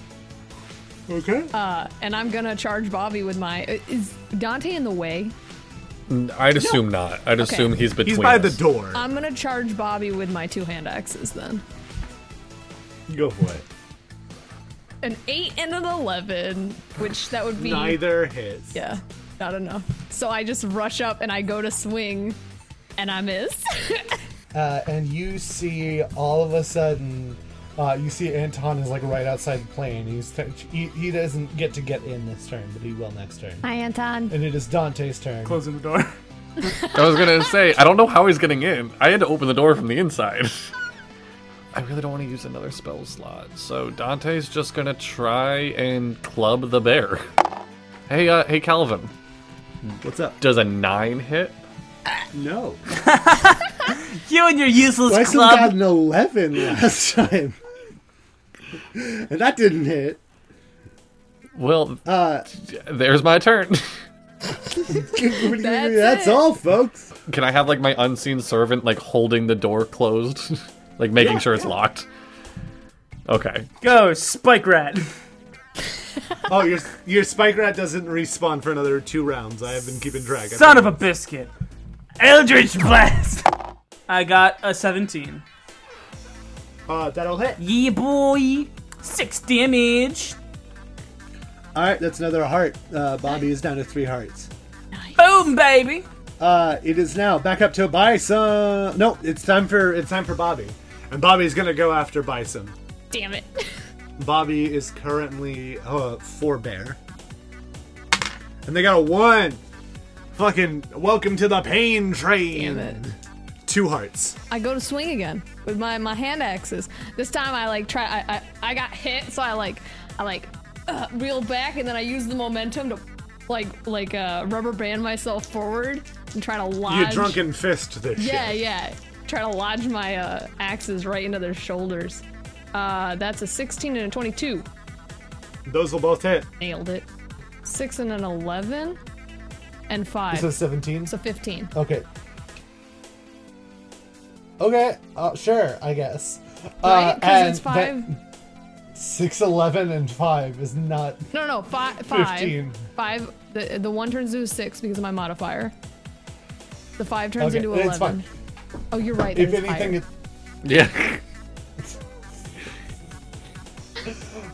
S5: uh,
S3: Okay.
S5: and I'm gonna charge Bobby with my. i- Is Dante in the way?
S6: I'd assume not. I'd assume he's between.
S3: He's by the
S6: us.
S3: door.
S5: I'm gonna charge Bobby with my two hand axes then.
S3: Go for it.
S5: An eight and an eleven, which that would be
S3: Neither hits.
S5: Yeah, not enough. So I just rush up and I go to swing, and I miss.
S8: Uh, and you see all of a sudden, uh, you see Anton is like right outside the plane. He's he, he doesn't get to get in this turn, but he will next turn.
S4: Hi, Anton.
S8: And it is Dante's turn.
S7: Closing the door.
S6: I was gonna say I don't know how he's getting in. I had to open the door from the inside. I really don't want to use another spell slot, so Dante's just gonna try and club the bear. Hey, uh, hey, Calvin.
S3: What's up?
S6: Does a nine hit?
S3: No.
S7: You and your useless
S3: Bryson got
S7: club.
S3: an 11 last time. and that didn't hit.
S6: Well,
S3: Uh,
S6: there's my turn.
S5: That's
S3: that's
S5: it.
S3: all, folks.
S6: Can I have like my unseen servant like holding the door closed, like making sure it's locked? Okay.
S7: Go, Spike Rat.
S3: Oh, your your spike rat doesn't respawn for another two rounds. I have been keeping track.
S7: Son of a biscuit. Eldritch Blast. I got a 17.
S3: Uh, that'll hit.
S7: Yeah, boy. Six damage.
S3: All right, that's another heart. Uh, Bobby is down to three hearts.
S7: Boom, baby.
S3: Uh, it is now back up to Bison. No, it's time for it's time for Bobby, and Bobby's gonna go after Bison.
S5: Damn it.
S3: Bobby is currently uh, four bear, and they got a one. Fucking welcome to the pain train.
S5: Damn it.
S3: Two hearts.
S5: I go to swing again with my, my hand axes. This time I like try I, I I got hit, so I like I like uh, reel back and then I use the momentum to like like uh, rubber band myself forward and try to
S3: You
S5: lodge.
S3: drunken fist this
S5: Yeah,
S3: shit.
S5: yeah. Try to lodge my uh, axes right into their shoulders. Uh, that's a 16 and a 22.
S3: Those will both hit.
S5: Nailed it. Six and an 11,
S8: This is Uh,
S5: and five.
S8: 17.
S5: So 15.
S8: Okay. Okay, uh, sure, I guess. Uh,
S5: Right? Because it's
S8: and
S5: five.
S8: that- Six, eleven, and five is not.
S5: No, no, five. Five.
S8: 15.
S5: Five. The, the one turns into a six because of my modifier. The five turns
S8: okay,
S5: into
S8: it's
S5: 11.
S8: fine.
S5: Oh, you're right.
S8: If
S5: that is
S8: anything,
S5: higher.
S8: it,
S6: Yeah.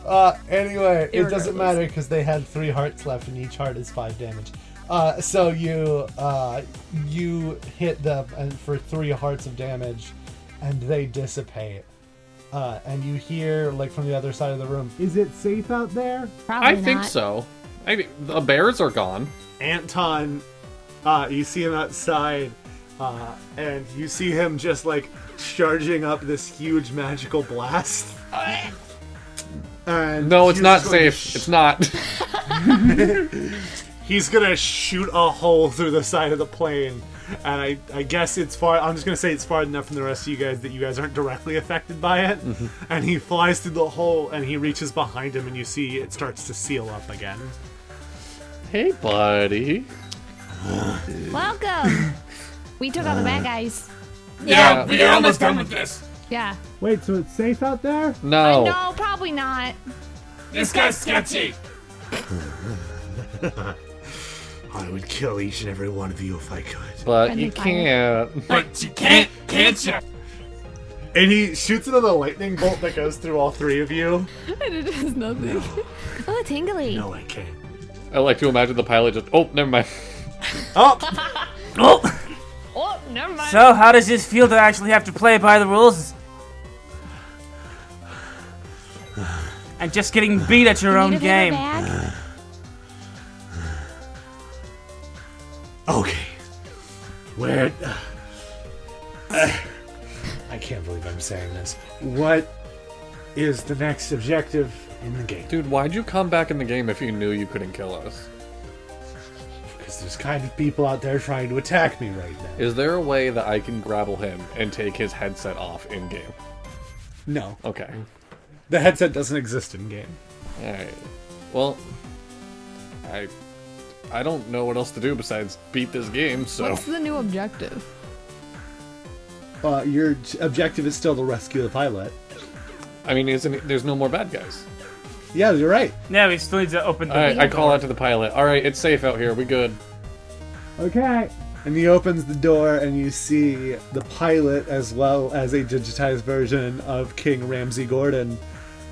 S8: uh, anyway, it
S5: Irregardless.
S8: doesn't matter because they had three hearts left, and each heart is five damage. Uh, so you uh, you hit them and for three hearts of damage, and they dissipate. Uh, and you hear like from the other side of the room, "Is it safe out there?"
S4: Probably
S6: I think
S4: not.
S6: so. I mean, the bears are gone.
S3: Anton, uh, you see him outside, uh, and you see him just like charging up this huge magical blast. And
S6: No, it's
S3: he's
S6: not
S3: going to
S6: safe.
S3: sh-
S6: It's not.
S3: he's gonna shoot a hole through the side of the plane, and I, I guess it's far. I'm just gonna say it's far enough from the rest of you guys that you guys aren't directly affected by it.
S6: Mm-hmm.
S3: And he flies through the hole, and he reaches behind him, and you see it starts to seal up again.
S6: hey, buddy.
S4: Welcome. we took out the bad guys.
S6: Yeah,
S1: we are almost done with this.
S4: Yeah.
S8: Wait, so it's safe out there?
S6: No.
S4: No, probably not.
S1: This guy's sketchy.
S3: I would kill each and every one of you if I could.
S6: But
S4: Friendly
S6: you
S4: fire.
S6: can't.
S1: But you can't, can't you?
S3: And he shoots another lightning bolt that goes through all three of you.
S5: And it is nothing.
S4: Oh, tingly.
S3: No, I can't.
S6: I like to imagine the pilot just. Oh, never mind.
S3: Oh,
S7: Oh.
S5: Oh, never mind.
S7: So, how does this feel to actually have to play by the rules? And just getting beat at your
S4: Need
S7: own
S4: a paper
S7: game.
S4: bag?
S3: okay. Where? Uh, I can't believe I'm saying this. What is the next objective in the game?
S6: Dude, why'd you come back in the game if you knew you couldn't kill us?
S3: Because there's kind of people out there trying to attack me right now.
S6: Is there a way that I can grapple him and take his headset off in game?
S3: No,
S6: Okay.
S3: the headset doesn't exist in game.
S6: Alright. Well, I. I don't know what else to do besides beat this game, so.
S5: What's the new objective?
S3: Uh, your t- objective is still to rescue the pilot.
S6: I mean, isn't there's no more bad guys.
S3: Yeah, you're right.
S7: Yeah, Oh, we still need to open the.
S6: All right, I call out to the pilot. All right, it's safe out here. We good.
S3: Okay. And he opens the door, and you see the pilot as well as a digitized version of King Ramsey Gordon.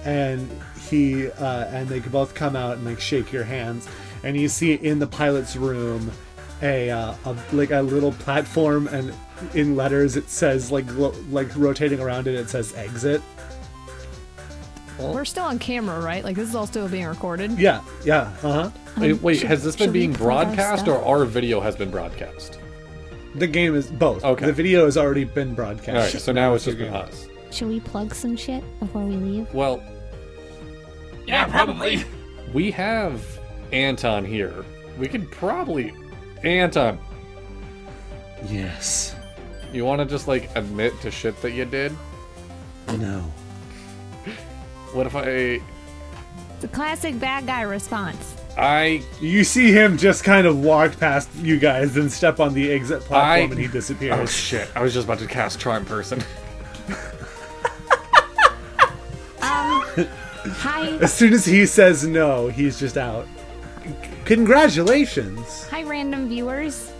S3: And he uh, and they both come out and like shake your hands. And you see in the pilot's room a, uh, a like a little platform, and in letters it says like glo- like rotating around it, it says exit.
S5: We're still on camera, right? Like, this is all still being recorded.
S3: Yeah, yeah, uh huh.
S6: Wait, wait has this been
S4: should we
S6: being
S4: print our
S6: broadcast or
S4: stuff?
S6: our video has been broadcast?
S3: The game is both.
S6: Okay.
S3: The video has already been
S6: All right,
S3: broadcast.
S6: so now it's just been us.
S4: Should we plug some shit before we leave?
S6: Well,
S1: Yeah, probably.
S6: we have Anton here. We could probably Anton.
S1: Yes.
S6: You want to just like admit to shit that you did?
S1: No.
S6: What if I
S4: The classic bad guy response.
S6: I
S3: You see him just kind of walk past you guys, then step on the exit
S6: I-
S3: platform, and he disappears.
S6: Oh shit, I was just about to cast charm person.
S4: Hi, Um,
S3: As soon as he says no, he's just out. Congratulations.
S4: hi, random viewers.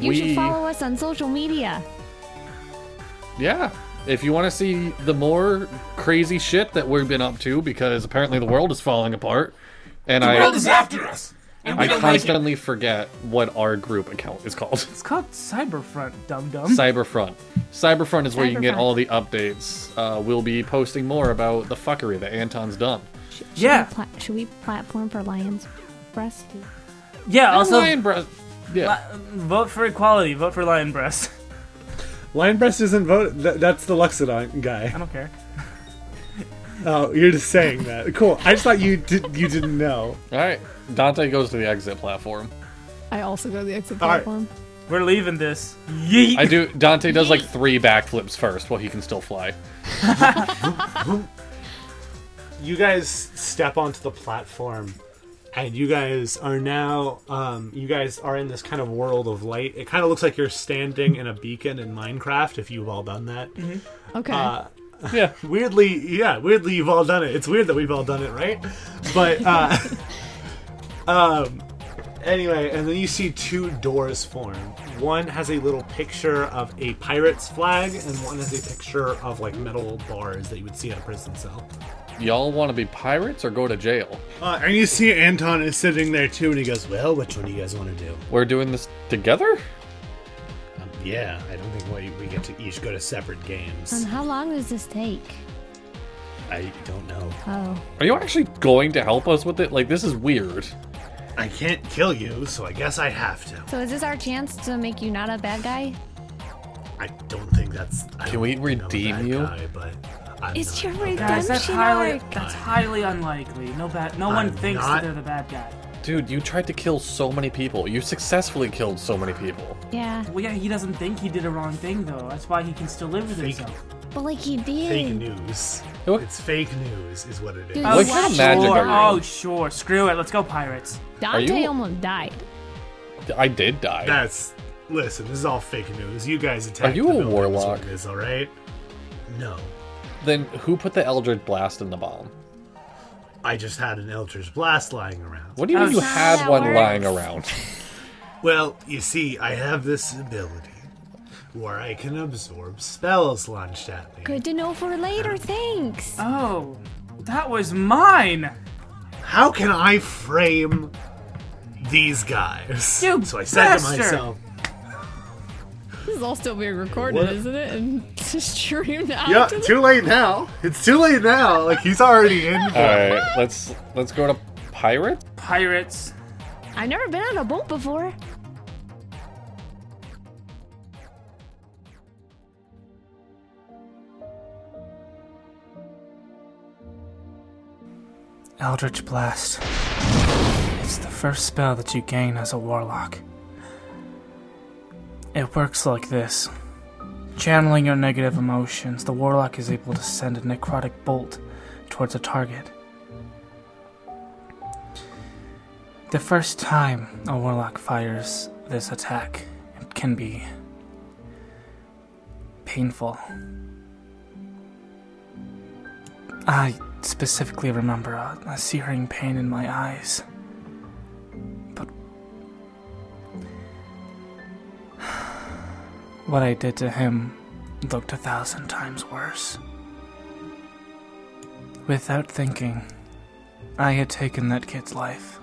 S4: You
S6: We-
S4: should follow us on social media.
S6: Yeah. If you want to see the more crazy shit that we've been up to, because apparently the world is falling apart, and
S1: The world
S6: I
S1: is after us. And we
S6: I
S1: don't like it.
S6: constantly forget what our group account is called.
S7: It's called Cyberfront, dum dum.
S6: Cyberfront. Cyberfront is where you can get
S4: Cyberfront.
S6: all the updates. Uh, we'll be posting more about the fuckery that Anton's done.
S7: yeah,
S4: Pla- should we platform for Lions Breast?
S7: yeah. Also, uh,
S6: Lion Bro- yeah.
S7: vote for equality. Vote for lion breast.
S3: Lionbreast isn't voted. Th- that's the Luxodon guy.
S7: I don't care.
S3: Oh, you're just saying that. Cool. I just thought you did, you didn't know.
S6: All right. Dante goes to the exit platform.
S5: I also go to the exit
S3: Alright.
S5: platform.
S7: We're leaving this. Yeet.
S6: I do. Dante does like three backflips first while he can still fly.
S3: you guys step onto the platform and you guys are now um, you guys are in this kind of world of light it kind of looks like you're standing in a beacon in minecraft if you've all done that
S5: Okay.
S8: Uh,
S6: Yeah.
S3: weirdly yeah weirdly you've all done it it's weird that we've all done it right but uh, um, anyway and then you see two doors form one has a little picture of a pirate's flag and one has a picture of like metal bars that you would see in a prison cell
S6: Y'all want to be pirates or go to jail?
S3: Uh, and you see Anton is sitting there too, and he goes, "Well, which one do you guys want to do?"
S6: We're doing this together?
S3: Um, yeah, I don't think we, we get to each go to separate
S4: And
S3: games.
S4: Um, how long does this take?
S3: I don't know.
S4: Oh,
S6: Are you actually going to help us with it? Like, this is weird.
S3: I can't kill you, so I guess I have to.
S4: so is this our chance to make you not a bad guy?
S3: I don't think that's. I
S6: Can
S3: don't
S6: we
S3: know
S6: redeem
S3: that
S6: you?
S3: Guy, but I'm
S4: It's
S3: not
S4: your
S3: a bad
S7: Guys,
S4: redemption
S7: that's highly
S4: arc.
S7: that's highly unlikely. No bad. No
S3: I'm
S7: one thinks
S3: not-
S7: that they're the bad guy.
S6: Dude, you tried to kill so many people. You successfully killed so many people.
S4: Yeah,
S7: Well, yeah, he doesn't think he did a wrong thing though. That's why he can still live with
S3: Fake.
S7: himself.
S4: but like he
S3: Fake
S4: did.
S3: news.
S6: What?
S3: It's fake news, is what it is.
S4: Dude,
S7: Oh,
S6: What kind of
S7: sure.
S6: magic are you?
S7: oh, sure. Screw it. Let's go, pirates.
S5: Dante
S6: you-
S5: almost died.
S6: I did die.
S3: That's. Listen, this is all fake news. You guys attacked.
S6: you
S3: the
S6: a
S3: building, is what
S6: warlock?
S3: it Is all right. No,
S6: Then who put the Eldritch Blast in the bomb?
S3: I just had an Eldritch blast lying around.
S6: What do you mean
S7: That's
S6: you
S7: not
S4: how
S6: had
S4: that
S6: one
S4: works.
S6: lying around?
S3: Well, you see, I have this ability where I can absorb spells launched at me.
S4: Good to know for later. Thanks.
S7: Oh, that was mine.
S3: How can I frame these guys?
S7: You
S3: so I said to
S7: bastard!
S3: myself,
S5: This is all still being recorded,
S3: What?
S5: is isn't it? And just streamed out.
S3: "Yeah,
S5: to the-
S3: too late now. It's too late now. Like he's already in."
S6: All right, let's let's go to pirate.
S7: Pirates.
S4: I've never been on a boat before.
S7: Eldritch Blast. It's the first spell that you gain as a warlock. It works like this channeling your negative emotions, the warlock is able to send a necrotic bolt towards a target. The first time a warlock fires this attack, it can be painful. I specifically remember a, a searing pain in my eyes. But. What I did to him looked a thousand times worse. Without thinking, I had taken that kid's life.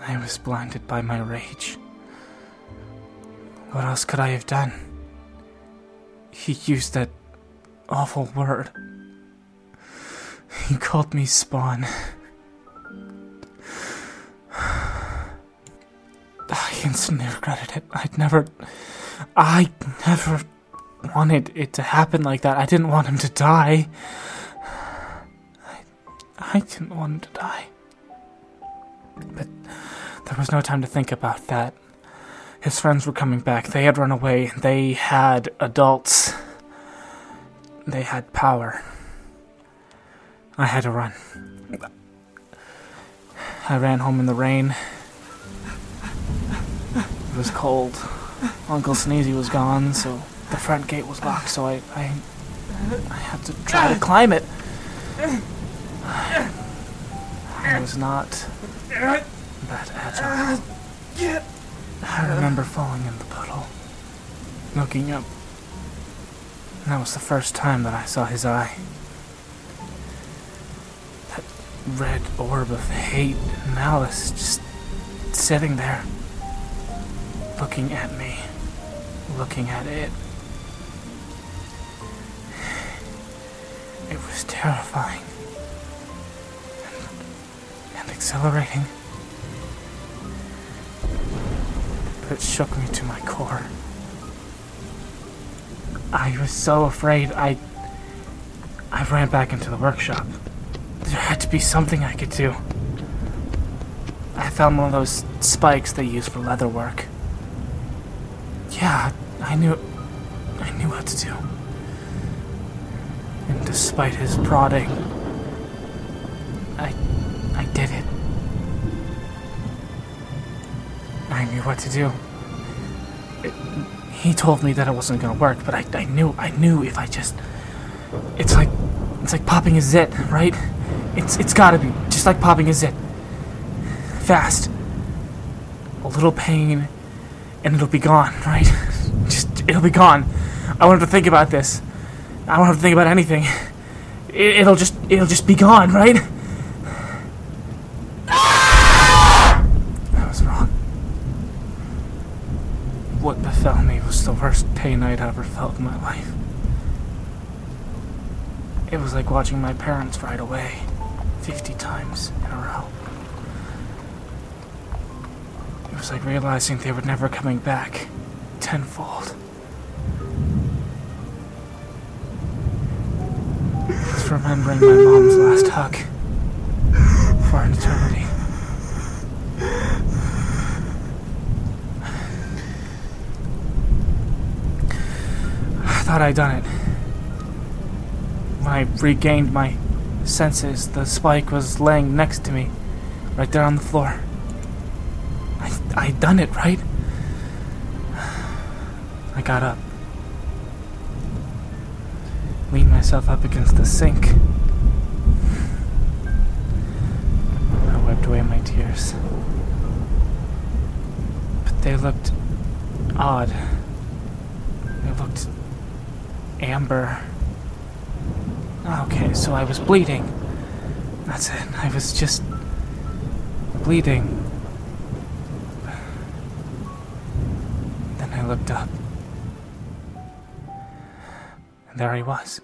S7: I was blinded by my rage. What else could I have done? He used that awful word. He called me Spawn. I instantly regretted it. I'd never. I never wanted it to happen like that. I didn't want him to die. I, I didn't want him to die. But there was no time to think about that. His friends were coming back. They had run away. They had adults. They had power. I had to run. I ran home in the rain. It was cold. Uncle Sneezy was gone, so the front gate was locked, so I, I, I had to try to climb it. I was not that agile. I remember falling in the puddle, looking up. And that was the first time that I saw his eye. That red orb of hate and malice just sitting there, looking at me, looking at it. It was terrifying and, and exhilarating. But it shook me to my core. I was so afraid I I ran back into the workshop. There had to be something I could do. I found one of those spikes they use for leather work. Yeah, I knew I knew what to do. And despite his prodding, I I did it. I knew what to do. It- he told me that it wasn't gonna work, but I, I knew I knew if I just it's like it's like popping a zit, right? It's it's gotta be just like popping a zit. Fast. A little pain and it'll be gone, right? Just it'll be gone. I won't have to think about this. I won't have to think about anything. It, it'll just it'll just be gone, right? I was wrong. What befell me was the worst pain I'd ever felt in my life. It was like watching my parents ride away 50 times in a row. It was like realizing they were never coming back tenfold. It was remembering my mom's last hug for an eternity. I thought I'd done it. When I regained my senses, the spike was laying next to me, right there on the floor. I, I done it, right? I got up. Leaned myself up against the sink. I wiped away my tears. But they looked odd. They looked amber. Okay, so I was bleeding. That's it. I was just bleeding. Then I looked up. And there he was.